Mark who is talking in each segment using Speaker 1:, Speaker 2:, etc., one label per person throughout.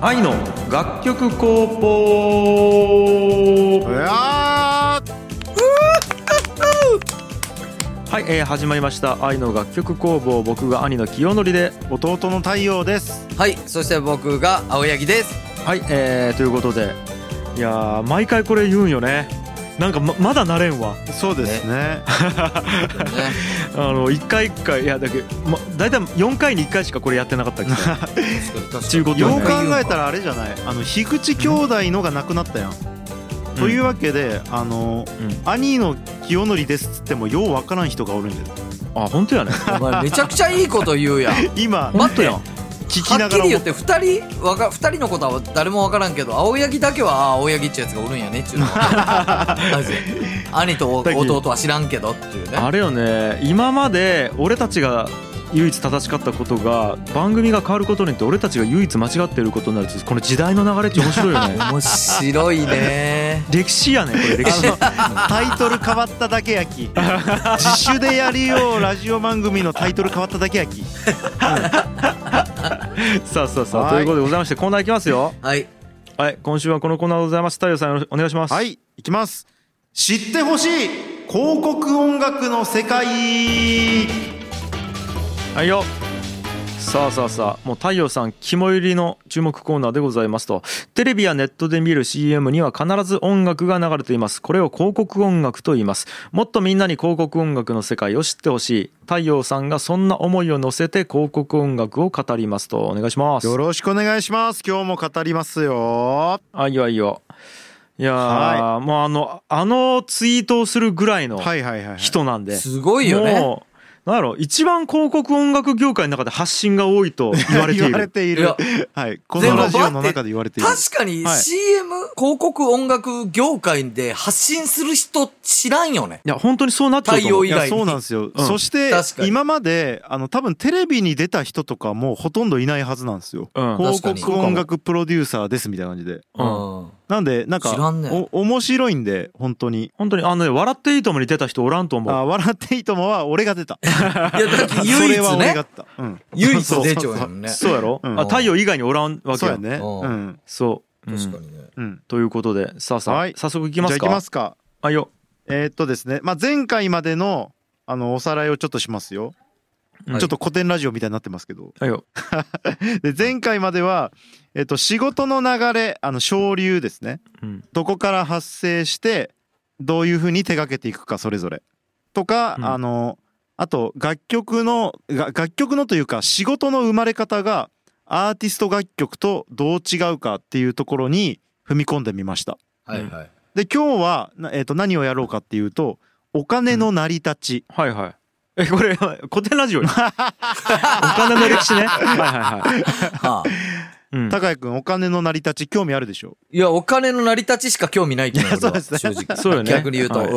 Speaker 1: 愛の楽曲工房
Speaker 2: や
Speaker 1: はい、えー始まりました愛の楽曲工房僕が兄の清則で
Speaker 2: 弟の太陽です
Speaker 3: はい、そして僕が青柳です。
Speaker 1: はい、えー、ということでいやー毎回これ言うんよねなんかままだなれんわ
Speaker 2: そうですね
Speaker 3: ね、
Speaker 1: あの一回一回いやだけど、ま、大体4回に1回しかこれやってなかったけど ちゅうこと
Speaker 2: よ
Speaker 1: は
Speaker 2: う
Speaker 1: ね
Speaker 2: 考えたらあれじゃないあの樋口兄弟のがなくなったやん、というわけであの、
Speaker 1: う
Speaker 2: 兄の清則ですっつってもようわからん人がおるんで
Speaker 1: あ本当やね
Speaker 3: お前めちゃくちゃいいこと言うやん。 は
Speaker 2: 今
Speaker 3: ま
Speaker 1: 本当やん
Speaker 2: 聞きな
Speaker 3: っ
Speaker 2: が
Speaker 3: き
Speaker 2: ら
Speaker 3: り言
Speaker 2: 思っ
Speaker 3: って二人わか二人のことは誰もわからんけど、青柳だけはあー青柳っちゅうやつがおるんやねっちゅうの は。マジで兄と弟は知らんけどっていうね。
Speaker 1: あれよね今まで俺たちが唯一正しかったことが番組が変わることによって俺たちが唯一間違ってることになるってこの時代の流れって面白いよ ね
Speaker 3: 面白いね。
Speaker 1: 歴史やねこれ歴史
Speaker 2: あのタイトル変わっただけや き自主でやりようラジオ番組のタイトル変わっただけやき
Speaker 1: さあさあさ
Speaker 2: は
Speaker 1: あとい
Speaker 2: い
Speaker 1: うことでございましてコーナーいきますよ
Speaker 3: はい。
Speaker 1: はい今週はこのコーナーでございます太陽さんよろしくお願いします
Speaker 2: はいいきます知ってほしい広告音楽の世界
Speaker 1: はいよさあさあさあもう太陽さん肝入りの注目コーナーでございますとテレビやネットで見る CM には必ず音楽が流れていますこれを広告音楽と言いますもっとみんなに広告音楽の世界を知ってほしい太陽さんがそんな思いを乗せて広告音楽を語りますとお願いします
Speaker 2: よろしくお願いします今日も語りますよ
Speaker 1: あいよあいよいやー、もうあのあのツイートをするぐらいの
Speaker 2: はいはいはい、はい、
Speaker 1: 人なんで、
Speaker 3: すごいよね。
Speaker 1: もうなんやろ一番広告音楽業界の中で発信が多いと言われてい
Speaker 2: 言わ
Speaker 1: る
Speaker 2: れている
Speaker 3: いや
Speaker 2: はいこのラジオの中で言われている
Speaker 3: 確かに
Speaker 2: はい
Speaker 3: CM、広告音楽業界で発信する人知らんよね。
Speaker 1: いや本当にそうなっちゃうと思う
Speaker 3: 対応以外
Speaker 2: いやそうなんですよ、
Speaker 1: うん
Speaker 2: そして
Speaker 3: 確かに
Speaker 2: 今まであの多分テレビに出た人とかもうほとんどいないはずなんですよ、
Speaker 1: うん
Speaker 2: 広
Speaker 3: 確か
Speaker 2: 告
Speaker 3: に
Speaker 2: 音楽プロデューサーですみたいな感じで
Speaker 1: うん
Speaker 3: うん
Speaker 2: なんでなん
Speaker 3: 知ら
Speaker 2: か、
Speaker 3: んね
Speaker 2: お面白いんで本当に
Speaker 1: 本当にあのね「笑っていいとも」に出た人おらんと思う
Speaker 2: あ笑っていいともは俺が出た
Speaker 3: いや、だって
Speaker 2: そ
Speaker 3: 唯
Speaker 2: れは
Speaker 3: 一
Speaker 2: 俺
Speaker 3: ね
Speaker 2: が出。た、うん、
Speaker 3: 唯一 出ちゃうやんね。
Speaker 1: そうやろ、
Speaker 2: うん
Speaker 1: あ太陽以外におらんわけ
Speaker 2: そう
Speaker 1: よ
Speaker 2: やね
Speaker 3: うん
Speaker 2: うん
Speaker 1: そう、うん
Speaker 3: 確かにね。
Speaker 2: うん
Speaker 1: ということでさあさあ、
Speaker 2: はい
Speaker 1: 早速いき
Speaker 2: じゃ
Speaker 1: ま
Speaker 2: あ
Speaker 1: す
Speaker 2: い
Speaker 1: か
Speaker 2: きますか
Speaker 1: あいよ、
Speaker 2: えーっとですね、まあ、前回までのあのおさらいをちょっとしますよ、
Speaker 1: うん
Speaker 2: ちょっと古典ラジオみたいになってますけど
Speaker 1: あいよ
Speaker 2: で前回までは、えっと、仕事の流れあの昇流ですね
Speaker 1: うん
Speaker 2: どこから発生してどういうふうに手掛けていくかそれぞれとか、
Speaker 1: うん
Speaker 2: あのあと楽曲のが楽曲のというか仕事の生まれ方がアーティスト楽曲とどう違うかっていうところに踏み込んでみました。
Speaker 3: はいはい。
Speaker 2: で今日は、なえっと何をやろうかっていうとお金の成り立ち、
Speaker 1: はいはいえこれ古典ラジオ よお金の歴史ねはいはいはい、
Speaker 3: はあ
Speaker 1: うん、
Speaker 2: 高谷君お金の成り立ち興味あるでしょ
Speaker 3: いや、お金の成り立ちしか興味ないけど、俺
Speaker 2: そう
Speaker 3: は
Speaker 2: ですね
Speaker 3: 正直。
Speaker 1: そうよね
Speaker 3: 逆に言うと。
Speaker 1: は
Speaker 3: う
Speaker 1: い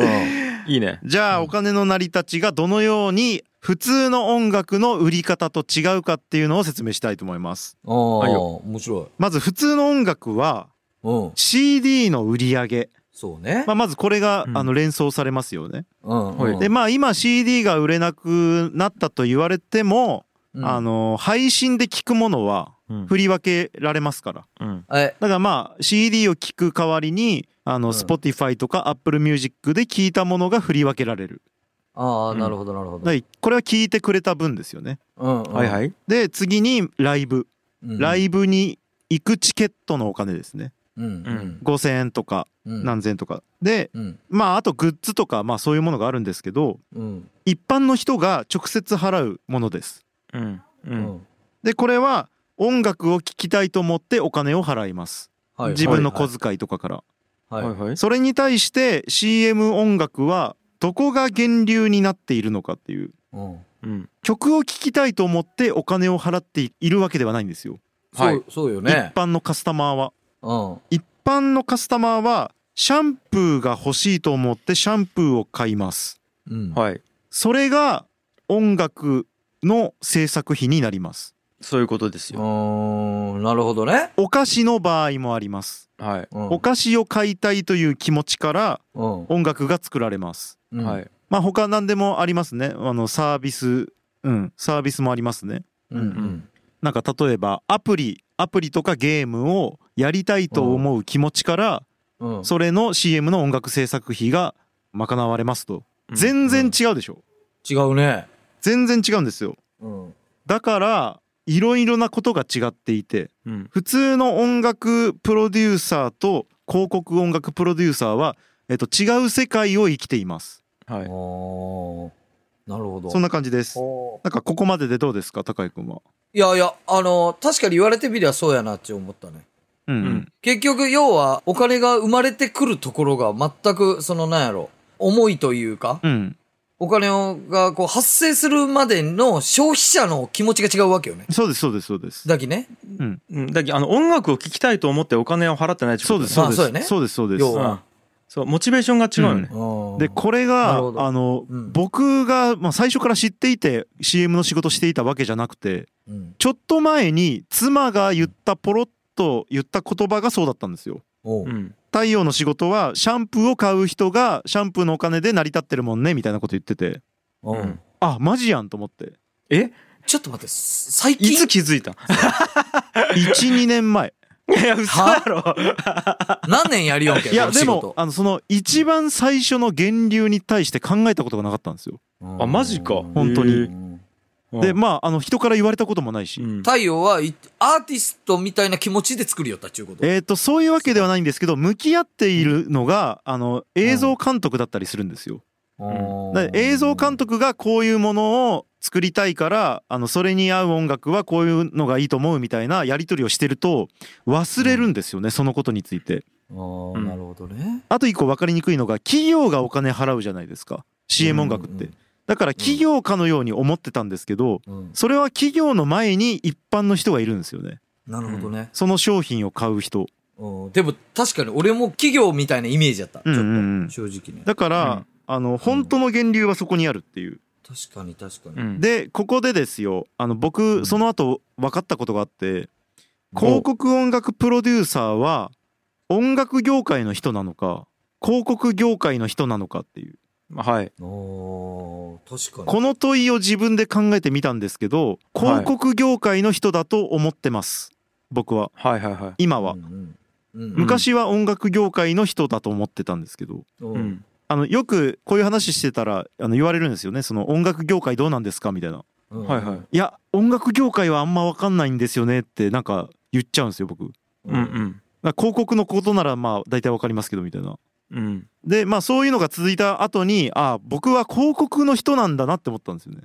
Speaker 3: ん
Speaker 1: いいね
Speaker 2: じゃあお金の成り立ちがどのように普通の音楽の売り方と違うかっていうのを説明したいと思います。
Speaker 3: あ
Speaker 1: はい
Speaker 3: あ、
Speaker 1: よ
Speaker 3: 面白い。
Speaker 2: まず普通の音楽は
Speaker 3: うん。
Speaker 2: CD の売り上げ、
Speaker 3: そうね
Speaker 2: まあ、。まずこれが
Speaker 1: うん
Speaker 2: あの連想されますよね。
Speaker 3: うん
Speaker 1: は
Speaker 3: う
Speaker 1: い
Speaker 3: ん。
Speaker 2: でまあ今 CD が売れなくなったと言われても、
Speaker 3: うん
Speaker 2: あ、の配信で聞くものは
Speaker 1: うん
Speaker 2: 振り分けられますから。
Speaker 1: うん
Speaker 3: え、
Speaker 2: だからまあ CD を聞く代わりにあ
Speaker 3: う
Speaker 2: の
Speaker 3: ん
Speaker 2: Spotify とか Apple Music で聞いたものが振り分けられる。
Speaker 3: ああ、なるほど、なるほど
Speaker 2: だか。らこれは聞いてくれた分ですよね。
Speaker 3: うん。。
Speaker 1: はいはいい
Speaker 2: で次にライブ、ラ
Speaker 3: ブ。
Speaker 2: イブに行くチケットのお金ですね
Speaker 3: うん。
Speaker 2: 5,000円とか
Speaker 3: うん。
Speaker 2: 何千円とか、で
Speaker 3: うん。
Speaker 2: まああとグッズとかまあそういうものがあるんですけど
Speaker 3: うん。
Speaker 2: 一般の人が直接払うものです
Speaker 1: うんう
Speaker 3: うんん。
Speaker 2: でこれは音楽を聴きたいと思ってお金を払います、
Speaker 3: はい
Speaker 2: 自分の小
Speaker 3: 遣
Speaker 2: 遣いとかから、
Speaker 3: はい
Speaker 1: はい
Speaker 3: はい。
Speaker 1: はい
Speaker 2: それに対して CM 音楽はどこが源流になっているのかっていう
Speaker 3: うん。
Speaker 1: うん
Speaker 2: 曲を聴きたいと思ってお金を払っているわけではないんですよ、
Speaker 1: は
Speaker 3: そ、
Speaker 1: いう
Speaker 3: そうよ
Speaker 2: 一
Speaker 3: ね。
Speaker 2: 般のカスタマーは
Speaker 3: うん。
Speaker 2: 一般のカスタマーはシャンプーが欲しいと思ってシャンプーを買います
Speaker 3: うん。
Speaker 1: はい
Speaker 2: それが音楽の制作費になります
Speaker 1: そういうことです
Speaker 3: う
Speaker 1: よ
Speaker 3: ーん。なるほどね。
Speaker 2: お菓子の場合もあります
Speaker 1: はい
Speaker 3: うん
Speaker 2: お菓子を買いたいという気持ちから
Speaker 3: うん。
Speaker 2: 音楽が作られます
Speaker 3: うん
Speaker 1: は。い
Speaker 2: まあ他何でもありますねあのサービスうんサービスもありますね
Speaker 3: うん。うん
Speaker 2: なんか例えばアプリアプリとかゲームをやりたいと思う気持ちから
Speaker 3: うん
Speaker 2: それの CM の音楽制作費が賄われますと
Speaker 1: うん
Speaker 2: 全然違うでしょ
Speaker 3: 違うね
Speaker 2: 全然違うんですよ
Speaker 3: うん
Speaker 2: だからいろいろなことが違っていて
Speaker 1: うん
Speaker 2: 普通の音楽プロデューサーと広告音楽プロデューサーは、えっと、違う世界を生きています
Speaker 1: はい
Speaker 3: おーなるほど
Speaker 2: そんな感じです
Speaker 3: おー
Speaker 2: なんかここまででどうですか高井君は、
Speaker 3: いやいやあの確かに言われてみりゃそうやなって思ったね
Speaker 2: うんうん
Speaker 1: うん
Speaker 3: 結局要はお金が生まれてくるところが全くそのなんやろ思いというか
Speaker 2: うん、
Speaker 3: お金をがこう発生するまでの消費者の気持ちが違うわけよね
Speaker 2: そうですそうですそうです
Speaker 3: だけね
Speaker 1: うんだけどあの音楽を聴きたいと思ってお金を払ってないってこ
Speaker 2: そ
Speaker 1: と
Speaker 2: う
Speaker 1: だよ
Speaker 2: で
Speaker 1: ね
Speaker 2: すそう
Speaker 3: まあ
Speaker 2: です、
Speaker 3: そうよね
Speaker 2: そうですそうです
Speaker 3: 要は
Speaker 1: そうモチベーションが違うよね、
Speaker 3: うん
Speaker 2: でこれが
Speaker 3: な
Speaker 2: あ
Speaker 3: るほど
Speaker 2: の、
Speaker 3: うん
Speaker 2: 僕が、まあ、最初から知っていて CM の仕事していたわけじゃなくて
Speaker 3: うん
Speaker 2: ちょっと前に妻が言ったポロッと言った言葉がそうだったんですよ。
Speaker 3: おう
Speaker 1: うん
Speaker 2: 太陽の仕事はシャンプーを買う人がシャンプーのお金で成り立ってるもんねみたいなこと言ってて
Speaker 3: おう
Speaker 1: うん
Speaker 2: あマジやんと思って
Speaker 1: え
Speaker 3: ちょっと待ってす最
Speaker 1: いつ
Speaker 3: 近
Speaker 1: 気づいた
Speaker 2: 12年前
Speaker 1: いや嘘だろ
Speaker 3: 何年やりよんけ
Speaker 2: いや
Speaker 3: この仕
Speaker 2: で
Speaker 3: 事
Speaker 2: もあのその一番最初の源流に対して考えたことがなかったんですよ
Speaker 1: あマジか
Speaker 2: 本当に
Speaker 3: うん
Speaker 2: でまああの人から言われたこともないし、
Speaker 1: うん
Speaker 3: 太陽はいアーティストみたいな気持ちで作りよったっちゅうこと
Speaker 2: えー、とそういうわけではないんですけど向き合っているのがあの映像監督だったりするんですよ。
Speaker 3: うん
Speaker 2: だから映像監督がこういうものを作りたいからあのそれに合う音楽はこういうのがいいと思うみたいなやり取りをしてると忘れるんですよねそのことについて。
Speaker 3: あー
Speaker 1: うん
Speaker 3: なるほどね
Speaker 2: あと一個分かりにくいのが企業がお金払うじゃないですか CM 音楽って。だから企業家のように思ってたんですけど
Speaker 3: うんうんうん
Speaker 2: それは企業の前に一般の人がいるんですよね。
Speaker 3: なるほどね
Speaker 2: その商品を買う人。
Speaker 3: うんでも確かに俺も企業みたいなイメージやったちょっ
Speaker 2: うん
Speaker 3: と
Speaker 2: うんうん
Speaker 3: 正直ね
Speaker 2: だか
Speaker 1: う
Speaker 2: ら
Speaker 1: ん
Speaker 2: あの本当の源流はそこにあるっていう。
Speaker 3: 確かに確か
Speaker 1: う
Speaker 3: に
Speaker 1: ん
Speaker 2: でここでですよあの
Speaker 3: う
Speaker 2: 僕
Speaker 3: ん
Speaker 2: その後分かったことがあって
Speaker 1: お
Speaker 2: 広告音楽プロデューサーは音楽業界の人なのか広告業界の人なのかっていう
Speaker 1: はい
Speaker 3: おー確かに
Speaker 2: この問いを自分で考えてみたんですけど広告業界の人だと思ってます僕は
Speaker 1: はいはいは
Speaker 2: 今は
Speaker 3: うんうんうん
Speaker 2: 昔は音楽業界の人だと思ってたんですけど
Speaker 3: う
Speaker 1: い、うん
Speaker 2: あのよくこういう話してたらあの言われるんですよねその音楽業界どうなんですかみたいな
Speaker 3: うん
Speaker 1: はいはい
Speaker 2: いや音楽業界はあんま分かんないんですよねってなんか言っちゃうんですよ僕
Speaker 1: うんうん
Speaker 2: なんか広告のことならまあ大体わかりますけどみたいな。
Speaker 1: うん
Speaker 2: でまあそういうのが続いた後にああ僕は広告の人なんだなって思ったんですよね。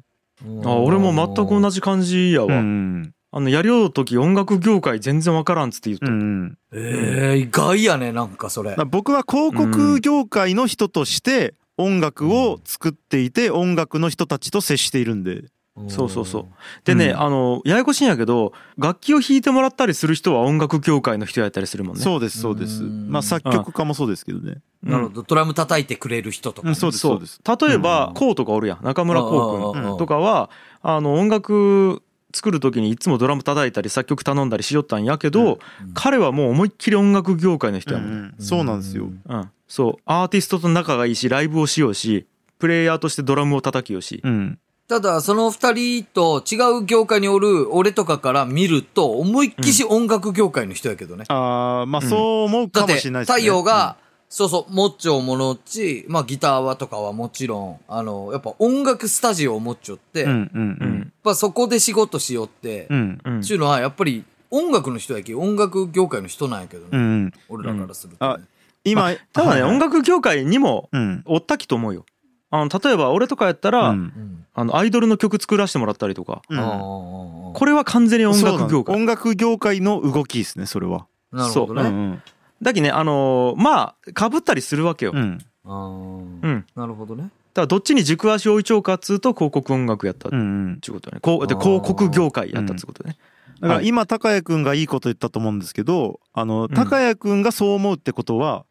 Speaker 3: うん
Speaker 1: あ俺も全く同じ感じやわ、
Speaker 2: ん
Speaker 1: あのやりよう時音楽業界全然わからんっつって言っ
Speaker 2: う
Speaker 1: た、
Speaker 2: ん、
Speaker 3: えー意外やねなんかそれ
Speaker 2: だから僕は広告業界の人として音楽を作っていて音楽の人たちと接しているんで。
Speaker 1: そうそうそうでね、
Speaker 2: うん
Speaker 1: あのややこしいんやけど楽器を弾いてもらったりする人は音楽業界の人やったりするもんね
Speaker 2: そうですそうです。
Speaker 3: うん
Speaker 2: まあ作曲家もそうですけどね。
Speaker 1: うん
Speaker 3: なるほどドラム叩いてくれる人とか
Speaker 2: うんそうですそうです。
Speaker 1: 例えば、
Speaker 3: うん
Speaker 1: こうとかおるやん中村こう
Speaker 2: 君
Speaker 1: くんとかはあの音楽作る時にいつもドラム叩いたり作曲頼んだりしよったんやけど、
Speaker 2: うん
Speaker 1: 彼はもう思いっきり音楽業界の人
Speaker 2: う
Speaker 1: や
Speaker 2: ん
Speaker 1: もんね、
Speaker 2: うんそうなんですよ。
Speaker 1: うんそうアーティストと仲がいいしライブをしようしプレイヤーとしてドラムを叩きよし、
Speaker 2: うん
Speaker 3: ただその二人と違う業界におる俺とかから見ると思いっきし音楽業界の人やけどね、
Speaker 2: ああまあそう思う
Speaker 3: だっ
Speaker 2: かも
Speaker 3: て
Speaker 2: しれないですね。
Speaker 3: 太陽が、そうそうモッチョをものっち、まあ、ギターはとかはもちろんあのやっぱ音楽スタジオを持っちょって、
Speaker 2: うん
Speaker 3: やっ
Speaker 2: うんうん
Speaker 3: ぱそこで仕事しよって、
Speaker 2: う
Speaker 3: っ
Speaker 2: ん
Speaker 1: うん
Speaker 3: ちゅうのはやっぱり音楽の人やけ音楽業界の人なんやけどね、
Speaker 2: うんうん
Speaker 3: 俺らからすると、ね
Speaker 2: 今
Speaker 1: ただね、
Speaker 2: はい
Speaker 1: 音楽業界にも
Speaker 2: うん
Speaker 1: おったきと思うよあの例えば俺とかやったら、
Speaker 2: うん
Speaker 3: うん
Speaker 1: あのアイドルの曲作らせてもらったりとか、
Speaker 2: うん
Speaker 3: あー
Speaker 1: これは完全に音楽業
Speaker 2: そうなの
Speaker 1: 界
Speaker 2: 音楽業界の動きですねそれは、
Speaker 3: なるほど
Speaker 2: うんう
Speaker 3: ね、
Speaker 2: ん
Speaker 1: だけどねあのーまあかぶったりするわけよ、
Speaker 2: うん
Speaker 3: あー
Speaker 1: うん
Speaker 3: なるほどね
Speaker 1: だからどっちに軸足を置いちゃうかっつうと広告音楽やったっ
Speaker 2: うんうん
Speaker 1: ちゅうことねこうで
Speaker 3: あー
Speaker 1: 広告業界やったっつうことね、
Speaker 2: だから
Speaker 1: はい
Speaker 2: 今高谷くんがいいこと言ったと思うんですけどあの
Speaker 1: ん
Speaker 2: 高谷くんがそう思うってことは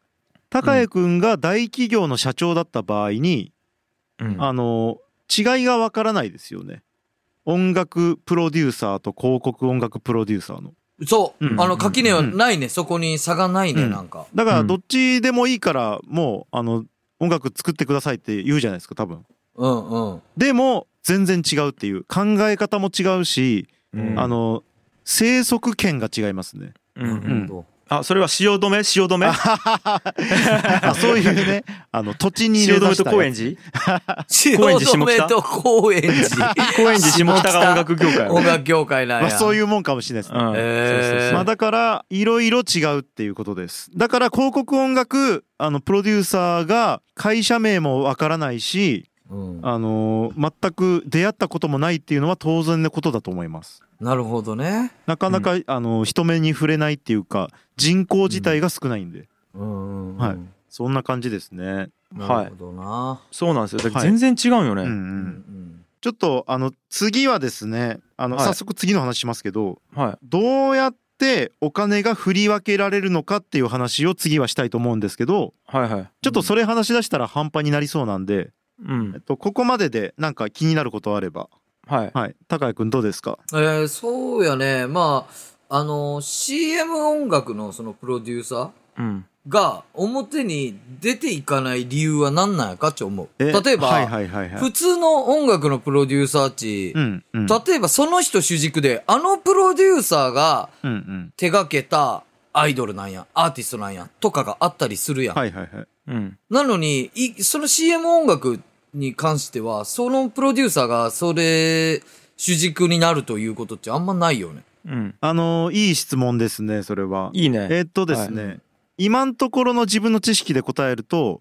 Speaker 2: 高谷くんが大企業の社長だった場合に、
Speaker 1: うん
Speaker 2: あの違いがわからないですよね音楽プロデューサーと広告音楽プロデューサーの
Speaker 3: そう、
Speaker 1: うん
Speaker 3: あの垣根は
Speaker 2: うん
Speaker 3: ないね、そこに差がないね、
Speaker 2: うん
Speaker 3: なんか
Speaker 2: だからどっちでもいいからもうあの音楽作ってくださいって言うじゃないですか多分
Speaker 3: うんうん
Speaker 2: でも全然違うっていう考え方も違うし
Speaker 1: うん
Speaker 2: あの生息圏が違いますね。
Speaker 1: うんう、
Speaker 3: うん
Speaker 2: ん
Speaker 3: ん
Speaker 1: あそれは汐留汐留
Speaker 2: あそういうねあの土地に
Speaker 1: 汐
Speaker 2: 根ざ
Speaker 1: 留
Speaker 2: し
Speaker 1: と
Speaker 2: た
Speaker 1: 高円 寺
Speaker 3: 汐
Speaker 1: 高円寺下北
Speaker 3: 留と高円寺
Speaker 1: 高円寺下北が音楽業界
Speaker 3: 音楽業界なん
Speaker 2: ま
Speaker 3: や
Speaker 2: あ、そう
Speaker 3: う
Speaker 2: いうもんかもしれないですね。
Speaker 1: うん
Speaker 3: えー
Speaker 2: まあ、だからいろいろ違うっていうことですだから広告音楽あのプロデューサーが会社名もわからないし、
Speaker 3: うん
Speaker 2: あのー全く出会ったこともないっていうのは当然のことだと思います
Speaker 3: なるほどね
Speaker 2: なかなか、あのー人目に触れないっていうか人口自体が少ないんで、
Speaker 3: うんうんうん
Speaker 2: はいそんな感じですね、
Speaker 3: なるほどな
Speaker 1: そうなんですよだから
Speaker 2: はい
Speaker 1: 全然違うよね、
Speaker 2: う
Speaker 3: うん
Speaker 2: んう、
Speaker 3: ん
Speaker 2: ちょっとあの次はですねあの、
Speaker 1: はい
Speaker 2: 早速次の話しますけど
Speaker 1: は
Speaker 2: どうやってお金が振り分けられるのかっていう話を次はしたいと思うんですけど、
Speaker 1: いはいはい
Speaker 2: ちょっとそれ話し出したら半端になりそうなんで、
Speaker 1: う
Speaker 2: えっ
Speaker 1: ん
Speaker 2: と、ここまででなんか気になることあれば、
Speaker 1: はい
Speaker 2: はい、高谷くんどうですか
Speaker 3: えーそうやねまああの CM 音楽のそのプロデューサー
Speaker 1: うん
Speaker 3: が表に出ていかない理由は何なんやかって思う例えば、
Speaker 2: はいはいはいはい。
Speaker 3: 普通の音楽のプロデューサーち、
Speaker 2: うんうん。
Speaker 3: 例えばその人主軸であのプロデューサーが
Speaker 2: うんうん。
Speaker 3: 手掛けたアイドルなんやアーティストなんやとかがあったりするやん、
Speaker 2: はいはいはい。
Speaker 1: うん
Speaker 3: なのにいその CM 音楽に関してはそのプロデューサーがそれ主軸になるということってあんまないよね
Speaker 1: うん
Speaker 2: あのーいい質問ですね、それは。
Speaker 1: いいね
Speaker 2: えっとですね、今のところの自分の知識で答えると、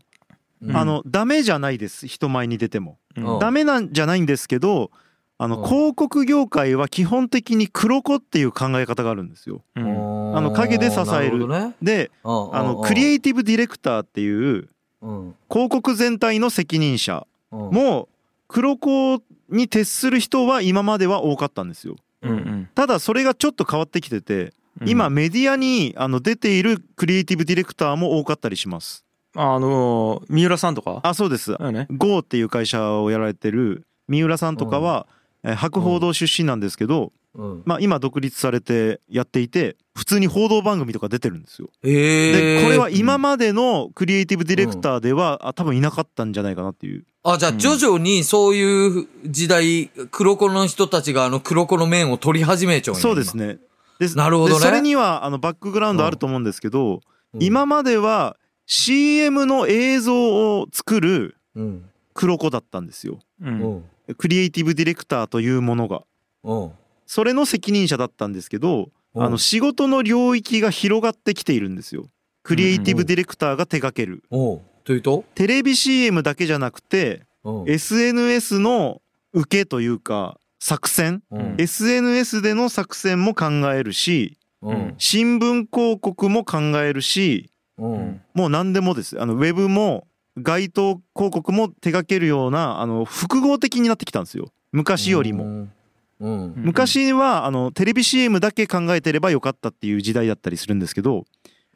Speaker 3: うん
Speaker 2: あの、ダメじゃないです、人前に出ても。
Speaker 1: う
Speaker 3: うん
Speaker 2: ダメなんじゃないんですけど、あ
Speaker 3: う
Speaker 2: の
Speaker 3: ん
Speaker 2: 広告業界は基本的に黒子っていう考え方があるんですよ。
Speaker 1: うん
Speaker 2: あの陰で支え
Speaker 3: な
Speaker 2: る
Speaker 3: ほどね
Speaker 2: で、
Speaker 3: あ
Speaker 2: あのクリエイティブディレクターっていう
Speaker 3: うん
Speaker 2: 広告全体の責任者
Speaker 3: うん
Speaker 2: も黒子に徹する人は今までは多かったんですよ
Speaker 1: うんうん
Speaker 2: ただそれがちょっと変わってきてて
Speaker 1: うん
Speaker 2: 今メディアにあの出ているクリエイティブディレクターも多かったりします
Speaker 1: あのー三浦さんとか
Speaker 2: あそうです
Speaker 1: だよね
Speaker 2: GO っていう会社をやられてる三浦さんとかはえー博報堂出身なんですけど
Speaker 3: うん
Speaker 2: まあ今独立されてやっていて普通に報道番組とか出てるんですよ
Speaker 3: え
Speaker 2: で
Speaker 3: ー
Speaker 2: これは今までのクリエイティブディレクターではあ多分いなかったんじゃないかなっていう
Speaker 3: あ、じゃあ
Speaker 1: うん
Speaker 3: 徐々にそういう時代、黒子の人たちがあの黒子の面を取り始めちゃうんや
Speaker 2: そうです。ね。で
Speaker 3: なるほどね
Speaker 2: でそれにはあのバックグラウンドあると思うんですけど、
Speaker 3: 今、
Speaker 2: 今までは CM の映像を作る
Speaker 3: うん。
Speaker 2: 黒子だったんですよ。
Speaker 1: う
Speaker 3: うんん。
Speaker 2: クリエイティブディレクターというものが。
Speaker 3: うん。
Speaker 2: それの責任者だったんですけど、
Speaker 3: うん
Speaker 2: あの仕事の領域が広がってきているんですよ。クリエイティブディレクターが手掛ける。
Speaker 3: おうというと
Speaker 2: テレビ CM だけじゃなくて、
Speaker 3: うん。
Speaker 2: SNS の受けというか、作戦、
Speaker 3: うん。
Speaker 2: SNS での作戦も考えるし、
Speaker 3: うん。
Speaker 2: 新聞広告も考えるし
Speaker 3: う。
Speaker 1: うんん
Speaker 2: もう何でもですあのウェブも街頭広告も手掛けるようなあの複合的になってきたんですよ昔よりも。
Speaker 3: うん。うん。
Speaker 2: 昔はあのテレビ CM だけ考えてればよかったっていう時代だったりするんですけど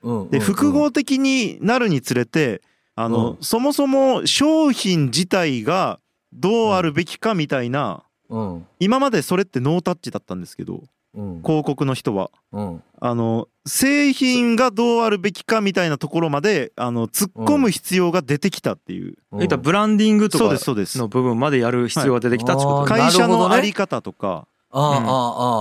Speaker 3: うん。
Speaker 2: で
Speaker 3: うん
Speaker 2: 複合的になるにつれてあの
Speaker 3: う
Speaker 2: そもそも商品自体がどうあるべきかみたいな
Speaker 3: うん。
Speaker 2: 今までそれってノータッチだったんですけど
Speaker 3: うん。
Speaker 2: 広告の人は
Speaker 3: うん。
Speaker 2: あの製品がどうあるべきかみたいなところまであの突っ込む必要が出てきたっていう、
Speaker 1: 言ったらブランディングと
Speaker 2: そう
Speaker 1: か
Speaker 2: ですそうです
Speaker 1: の部分までやる必要が出てきたってこと
Speaker 3: うん
Speaker 1: ね
Speaker 2: 会社
Speaker 3: なるほど
Speaker 2: の
Speaker 3: ね
Speaker 2: あり方とか、
Speaker 3: ああ、あ
Speaker 1: うん
Speaker 3: あ、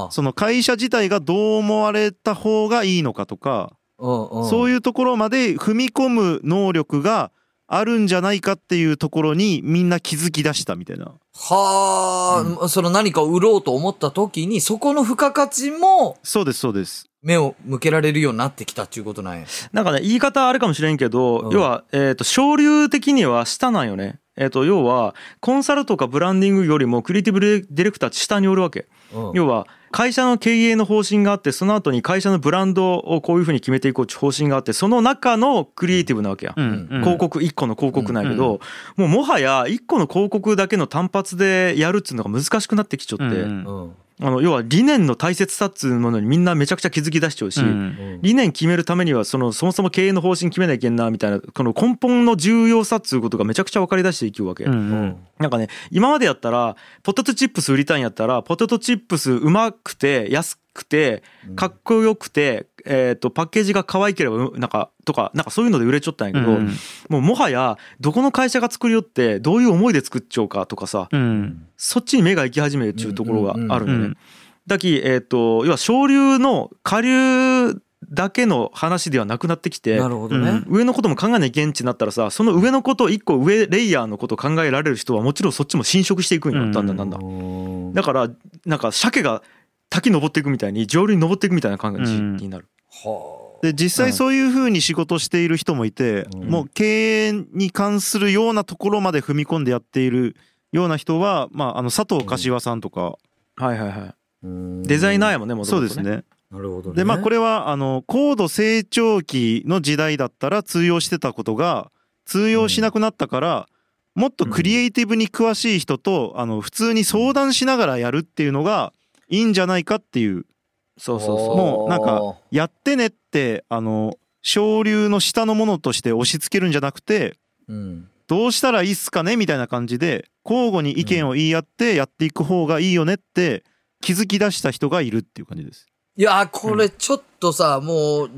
Speaker 3: ああ。
Speaker 2: その会社自体がどう思われた方がいいのかとか、
Speaker 3: うん。うん。
Speaker 2: そう
Speaker 3: いう。
Speaker 2: いうところまで踏み込む能力があるんじゃないかっていうところにみんな気づき出したみたいな
Speaker 3: はあ、その何かを売ろうと思った時に、そこの付加価値も
Speaker 2: そうですそうです
Speaker 3: 目を向けられるようになってきたっていうことなんや。
Speaker 1: なんかね言い方あるかもしれんけど、
Speaker 3: うん
Speaker 1: 要は、えー、と昇流的には下なんよね。えー、と要はコンサルとかブランディングよりもクリエイティブディレクターって下におるわけ。
Speaker 3: うん。
Speaker 1: 要は会社の経営の方針があってその後に会社のブランドをこういうふうに決めていこうって方針があってその中のクリエイティブなわけや。
Speaker 2: うんうん
Speaker 1: 広告1個の広告なんやけど、もうもはや1個の広告だけの単発でやるっつうのが難しくなってきちゃって、
Speaker 2: うんうん
Speaker 3: うん。
Speaker 1: あの要は理念の大切さっつうものにみんなめちゃくちゃ気づき出しちゃうし、
Speaker 2: うん
Speaker 3: うん。
Speaker 1: 理念決めるためにはそのそもそも経営の方針決めなきゃいけんなみたいなこの根本の重要さっつうことがめちゃくちゃ分かりだしていくわけ、
Speaker 2: うん
Speaker 3: う
Speaker 2: うん
Speaker 3: ん。
Speaker 1: なんかね今までやったらポテトチップス売りたいんやったらポテトチップスうまくて安くてかっこよくて、えー、とパッケージが可愛ければうなんかとかなんかそういうので売れちゃったんやけど、もうもはやどこの会社が作りよってどういう思いで作っちゃおうかとかさ
Speaker 2: うん
Speaker 1: そっちに目が行き始めるっちゅうところがあるんだね。
Speaker 2: うん
Speaker 1: だき、えっ、と、要は昇流の下流だけの話ではなくなってきて
Speaker 3: な、るほど
Speaker 2: う
Speaker 3: ね
Speaker 2: ん。
Speaker 1: 上のことも考えない現地になったらさ、その上のこと一個上レイヤーのことを考えられる人はもちろんそっちも侵食していくんよ。だんだんだんだん。
Speaker 3: ん
Speaker 1: だから、なんか鮭が滝登っていくみたいに上流に登っていくみたいな感じ
Speaker 2: うん
Speaker 1: になる。
Speaker 3: は
Speaker 2: で実際そういうふうに仕事している人もいて、
Speaker 3: うん
Speaker 2: もう経営に関するようなところまで踏み込んでやっているような人は、まあ、あの佐藤柏さんとか、
Speaker 1: はいはいはい。
Speaker 3: あ。
Speaker 1: デザイナー
Speaker 3: や。
Speaker 1: やもんね、もと
Speaker 2: そう
Speaker 1: も
Speaker 2: で
Speaker 1: と
Speaker 2: す。ね。
Speaker 3: なるほどね。
Speaker 2: でまあこれはあの高度成長期の時代だったら通用してたことが通用しなくなったから、もっとクリエイティブに詳しい人と、あの普通に相談しながらやるっていうのがいいんじゃないかっていう
Speaker 1: そうそうそう。
Speaker 2: もうなんかやってねってあの昇流の下のものとして押し付けるんじゃなくて
Speaker 3: うん。
Speaker 2: どうしたらいいっすかねみたいな感じで交互に意見を言い合ってやっていく方がいいよねって気づき出した人がいるっていう感じです。
Speaker 3: いやー、これちょっとさ、もう、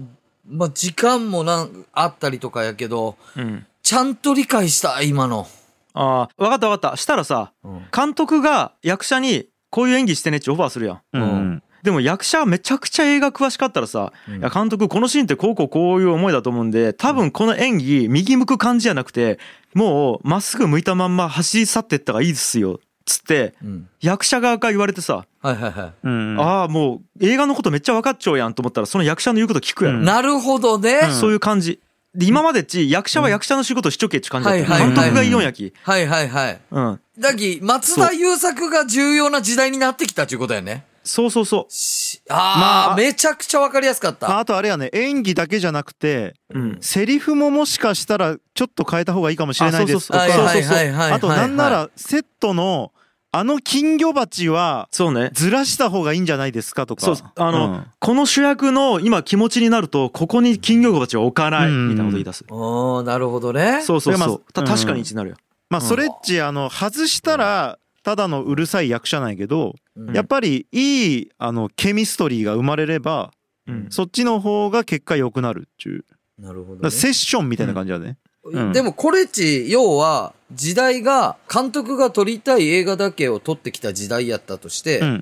Speaker 3: まあ、時間もなん、あったりとかやけど、
Speaker 1: うん。
Speaker 3: ちゃんと理解した、今の。
Speaker 1: ああ、わかったわかった。したらさ、監督が役者にこういう演技してねってオファーするやん。
Speaker 3: うん
Speaker 1: でも役者めちゃくちゃ映画詳しかったらさ、いや監督このシーンってこうこうこういう思いだと思うんで多分この演技右向く感じじゃなくてもうまっすぐ向いたまんま走り去ってった方がいいですよつって
Speaker 3: うん。
Speaker 1: 役者側から言われてさ、
Speaker 3: はいはいはい。
Speaker 2: うん
Speaker 1: ああもう映画のことめっちゃ分かっちゃうやんと思ったらその役者の言うこと聞くやろ、
Speaker 2: うん
Speaker 3: なるほどね。
Speaker 2: ん
Speaker 1: そういう感じで今までっち役者は役者の仕事しちょけっち感じだった、
Speaker 3: うんはいはいはい
Speaker 1: 監督が言うんやき、
Speaker 3: はいはいはい。
Speaker 1: うん、
Speaker 3: だき、松田優作が重要な時代になってきたっていうことやね。
Speaker 1: そうそうそ
Speaker 3: しあー、
Speaker 2: まあ
Speaker 3: めちゃくちゃわかりやすかった。
Speaker 2: ああとあれやね演技だけじゃなくて
Speaker 1: う、うん、
Speaker 2: セリフももしかしたらちょっと変えた方がいいかもしれないですとか
Speaker 1: あそうそうそう
Speaker 3: いは
Speaker 2: あとなんな、らセットのあの金魚鉢は
Speaker 1: そうね
Speaker 2: ずらした方がいいんじゃないですかとか
Speaker 1: そうあの、
Speaker 2: うん
Speaker 1: この主役の今気持ちになるとここに金魚鉢は置かないみたいなこと言い出す、
Speaker 3: おー、なるほどね。
Speaker 1: そうそう
Speaker 2: それ
Speaker 1: そ
Speaker 2: ま
Speaker 1: う
Speaker 2: あ
Speaker 1: た
Speaker 2: うん
Speaker 1: 確かに一致になるよ、
Speaker 2: まあ
Speaker 1: うん
Speaker 2: ストレッチあの外したらただのうるさい役者なんやけど
Speaker 3: うん
Speaker 2: やっぱりいいあのケミストリーが生まれれば
Speaker 1: うん
Speaker 2: そっちの方が結果良くなるっちゅうだか
Speaker 3: なるほど
Speaker 2: ら
Speaker 3: ね。
Speaker 2: セッションみたいな感じだねうん
Speaker 3: でもこれっち、要は、時代が、監督が撮りたい映画だけを撮ってきた時代やったとして、
Speaker 2: うんう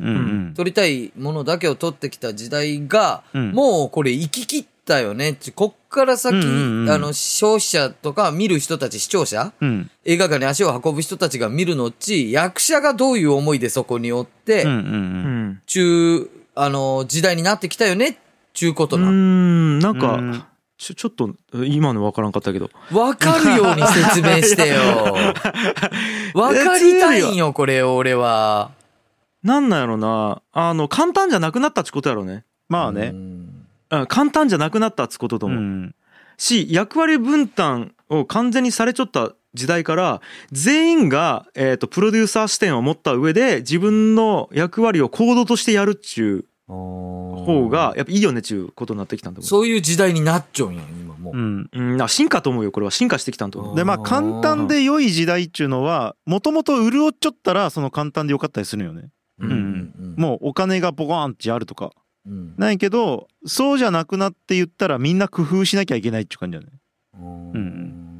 Speaker 2: ん
Speaker 3: 撮りたいものだけを撮ってきた時代が、
Speaker 2: うん
Speaker 3: もうこれ行き切ったよねっち。こっから先、
Speaker 2: うんうんうん
Speaker 3: あの、消費者とか見る人たち、視聴者
Speaker 2: うんうん
Speaker 3: 映画館に足を運ぶ人たちが見るのっち、役者がどういう思いでそこにおって、
Speaker 2: うんうん
Speaker 1: う
Speaker 2: うん
Speaker 1: ん
Speaker 3: 中、あの、時代になってきたよね、ちゅうこと
Speaker 1: うー
Speaker 3: な。
Speaker 1: んなんか、
Speaker 2: うん
Speaker 1: ちょちょっと今の分からんかったけど
Speaker 3: わかるように説明してよ。わかりたいんよ、これ、俺は。
Speaker 1: なんなんやろなあの簡単じゃなくなったっちことやろね、
Speaker 2: まあ
Speaker 3: う
Speaker 2: ね
Speaker 3: ん
Speaker 1: うん、簡単じゃなくなったっちことと
Speaker 2: う
Speaker 1: 思う、
Speaker 2: ん
Speaker 1: し役割分担を完全にされちょった時代から全員が、えー、とプロデューサー視点を持った上で自分の役割を行動としてやるっちゅう方がやっぱいいよねっちゅうことになってきたんだと思う
Speaker 3: そういう時代になっちゃうんやん、今も
Speaker 2: う
Speaker 3: う。
Speaker 2: ん
Speaker 1: うん、あ進化と思うよこれは進化してきたんと思う
Speaker 2: でま
Speaker 3: あ
Speaker 2: あ
Speaker 3: ー
Speaker 2: 簡単で良い時代っちゅうのはもともと潤っちょったらその簡単でよかったりするよね
Speaker 1: うん
Speaker 3: うん
Speaker 2: もうお金がボコーンってあるとか
Speaker 3: うん
Speaker 2: ないけどそうじゃなくなって言ったらみんな工夫しなきゃいけないっちゅう感じだね
Speaker 3: うん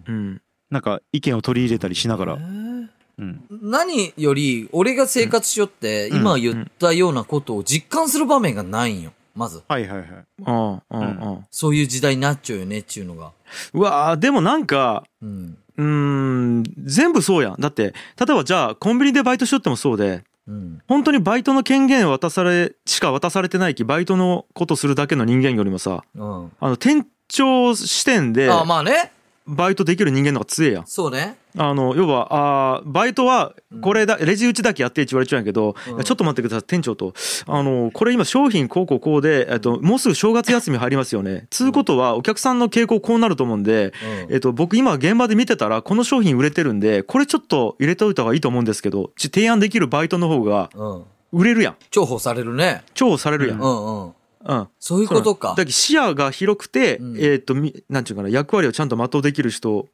Speaker 1: うん
Speaker 2: なんか意見を取り入れたりしながら
Speaker 3: えー
Speaker 2: うん
Speaker 3: 何より、俺が生活しよって、
Speaker 2: うん
Speaker 3: 今言ったようなことを実感する場面がないんよ、まず。
Speaker 2: はいはいはい
Speaker 1: ああああああ
Speaker 3: そういう時代になっちゃうよね、っちゅうのが。
Speaker 1: うわあでもなんか
Speaker 3: うん。
Speaker 1: うーん全部そうやんだって例えばじゃあコンビニでバイトしよってもそうで
Speaker 3: うん。
Speaker 1: 本当にバイトの権限を渡されしか渡されてないきバイトのことするだけの人間よりもさ
Speaker 3: うん。
Speaker 1: あの店長視点で
Speaker 3: あ、まあね。
Speaker 1: バイトできる人間の方が強えやん
Speaker 3: そうね。
Speaker 1: あの要はあーバイトはこれだレジ打ちだけやってって言われちゃうんやけど、
Speaker 3: うん
Speaker 1: いやちょっと待ってください店長とあのこれ今商品こうこうこうで、えっと、もうすぐ正月休み入りますよねつうことはお客さんの傾向こうなると思うんで、
Speaker 3: うん
Speaker 1: えっと、僕今現場で見てたらこの商品売れてるんでこれちょっと入れておいた方がいいと思うんですけどち提案できるバイトの方が
Speaker 3: うん。
Speaker 1: 売れるやん
Speaker 3: 重宝されるね。
Speaker 1: 重宝されるやん、
Speaker 2: う
Speaker 1: うんん
Speaker 3: うんうん。そういうことか
Speaker 1: だ。けど視野が広くて、
Speaker 3: うん
Speaker 1: えっとみなんていうかな役割をちゃんと全うできる人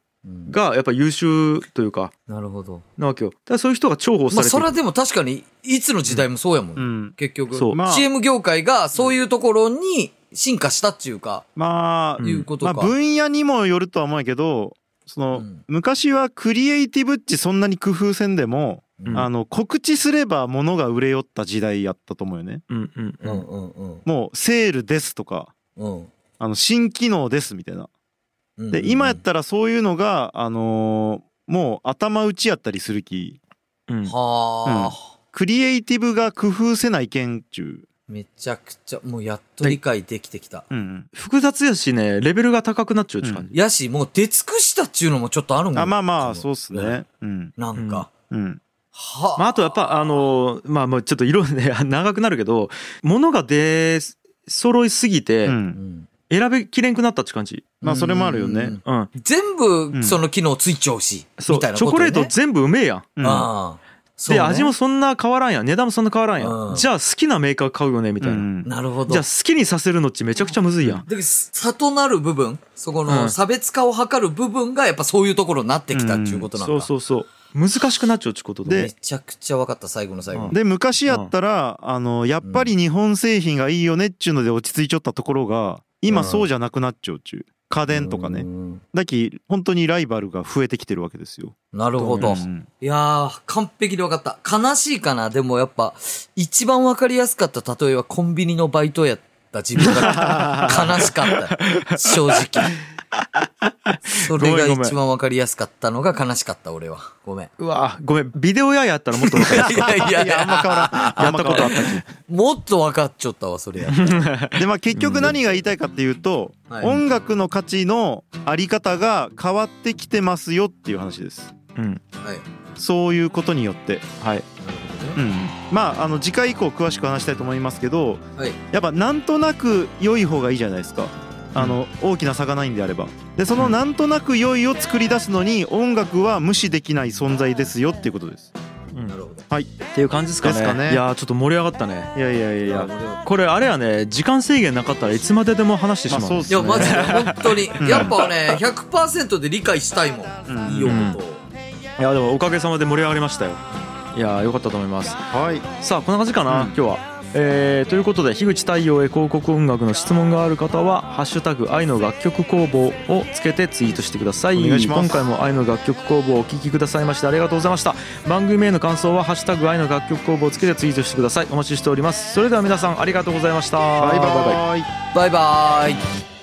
Speaker 1: がやっぱ優秀というか
Speaker 3: なるほど。
Speaker 1: なわけよだからそういう人が重宝
Speaker 3: ま
Speaker 1: さ
Speaker 3: あ、
Speaker 1: れて
Speaker 3: そ
Speaker 1: る
Speaker 3: れはでも確かに、いつの時代もそうやもん。
Speaker 2: うん
Speaker 3: 結局。
Speaker 1: そう
Speaker 2: まあ
Speaker 3: CM 業界がそういうところに進化したっていうか、
Speaker 1: う
Speaker 2: まあ
Speaker 1: ん
Speaker 3: いうこと
Speaker 2: まあ
Speaker 3: か。
Speaker 2: 分野にもよるとは思うんやけどその
Speaker 3: うん
Speaker 2: 昔はクリエイティブっちそんなに工夫せんでも
Speaker 1: うん
Speaker 2: あの告知すれば物が売れよった時代やったと思うよね
Speaker 1: うんうん
Speaker 3: う
Speaker 1: うんん
Speaker 3: うんうん
Speaker 2: もうセールですとか
Speaker 3: うん
Speaker 2: あの新機能ですみたいな
Speaker 3: うん
Speaker 2: で今やったらそういうのがあのーもう頭打ちやったりするき
Speaker 1: うん
Speaker 3: はあ、
Speaker 2: クリエイティブが工夫せないけんちゅ
Speaker 3: めちゃくちゃもうやっと理解できてきた、
Speaker 2: う、うん
Speaker 1: 複雑やしねレベルが高くなっちゃうって感じ、
Speaker 3: やしもう出尽くしたっちゅうのもちょっとある
Speaker 2: う
Speaker 3: もん
Speaker 2: ん、あまあまあそうっすねうん
Speaker 3: なん
Speaker 1: うん
Speaker 3: か、
Speaker 2: うん
Speaker 3: は
Speaker 1: まあ、あとやっぱあのまあまあちょっと色々ね 長くなるけど物が出揃いすぎて
Speaker 2: うん
Speaker 3: うん
Speaker 1: 選べきれんくなったって感じ
Speaker 2: まあそれもあるよね
Speaker 3: うん
Speaker 1: うん
Speaker 3: 全部その機能ついちゃうし、
Speaker 1: そう
Speaker 3: みたいな
Speaker 1: チョ
Speaker 3: こと
Speaker 1: コレ
Speaker 3: ね、
Speaker 1: ート全部うめえやん
Speaker 2: うん
Speaker 3: ああそう
Speaker 1: で
Speaker 3: ね
Speaker 1: 味もそんな変わらんやん値段もそんな変わらんや
Speaker 3: うん
Speaker 1: んじゃあ好きなメーカー買うよねみたいな
Speaker 2: うん
Speaker 3: なるほど
Speaker 1: じゃあ好きにさせるのっちめちゃくちゃむずいやん
Speaker 3: だけど差となる部分そこ
Speaker 1: う
Speaker 3: の
Speaker 1: ん
Speaker 3: 差別化を図る部分がやっぱそういうところになってきたっていうことなんだ、
Speaker 1: そうそうそう難しくなっちゃうちことだ
Speaker 2: で
Speaker 1: ね
Speaker 3: めちゃくちゃ分かった最後の最後、
Speaker 1: うん
Speaker 2: で昔やったら、あのやっぱり日本製品がいいよねっちゅうので落ち着いちゃったところが今そうじゃなくなっちゃうっちゅう家電とか
Speaker 3: う
Speaker 2: ね
Speaker 3: ん
Speaker 2: だき本当にライバルが増えてきてるわけですよ。
Speaker 3: なるほど、
Speaker 2: うん
Speaker 3: いやー完璧で分かった悲しいかなでもやっぱ一番分かりやすかった例えはコンビニのバイトやった自分が悲しかった正直それが
Speaker 1: ごめんごめん
Speaker 3: 一番分かりやすかったのが悲しかった俺はごめん
Speaker 1: うわごめんビデオ屋やったらもっと分か
Speaker 3: い
Speaker 1: る
Speaker 3: やいやい
Speaker 2: い
Speaker 3: や
Speaker 2: やあんま変わらん。
Speaker 1: やった ことあった
Speaker 3: もっと分かっちゃったわそれや
Speaker 2: た。でまあ結局何が言いたいかっていうと、
Speaker 3: はい
Speaker 2: 音楽の価値のあり方が変わってきてますよっていう話です。
Speaker 1: うん
Speaker 3: はい
Speaker 2: そういうことによって、
Speaker 1: はい
Speaker 2: うん、まああの次回以降詳しく話したいと思いますけど、
Speaker 3: はい
Speaker 2: やっぱなんとなく良い方がいいじゃないですか。あの大きな差がないんであればでそのなんとなく良いを作り出すのに音楽は無視できない存在ですよっていうことです
Speaker 1: うん
Speaker 3: な
Speaker 1: っ
Speaker 3: るほど
Speaker 2: はい
Speaker 1: ていう感じですかね
Speaker 2: ですかね
Speaker 1: いやーちょっと盛り上がったね
Speaker 2: いやいやいやい
Speaker 3: いや
Speaker 2: や
Speaker 3: 俺は
Speaker 1: これあれやね時間制限なかったらいつまででも話してしまう、
Speaker 2: まあそうっ
Speaker 3: い
Speaker 2: す
Speaker 3: や
Speaker 2: ね
Speaker 3: マジで本当に
Speaker 2: ん
Speaker 3: やっぱね100%で理解したいもん
Speaker 2: うん
Speaker 3: いいよことを
Speaker 1: いやでもおかげさまで盛り上がりましたよいやーよかったと思います
Speaker 2: はい
Speaker 1: さあこんな感じかな、
Speaker 2: うん
Speaker 1: 今日は。えーということで樋口太陽へ広告音楽の質問がある方は「ハッシュタグ愛の楽曲工房」をつけてツイートしてください
Speaker 2: お願いします
Speaker 1: 今回も愛の楽曲工房をお聴きくださいましてありがとうございました番組への感想は「ハッシュタグ愛の楽曲工房」をつけてツイートしてくださいお待ちしておりますそれでは皆さんありがとうございました
Speaker 2: バイバイ
Speaker 3: バイバーイ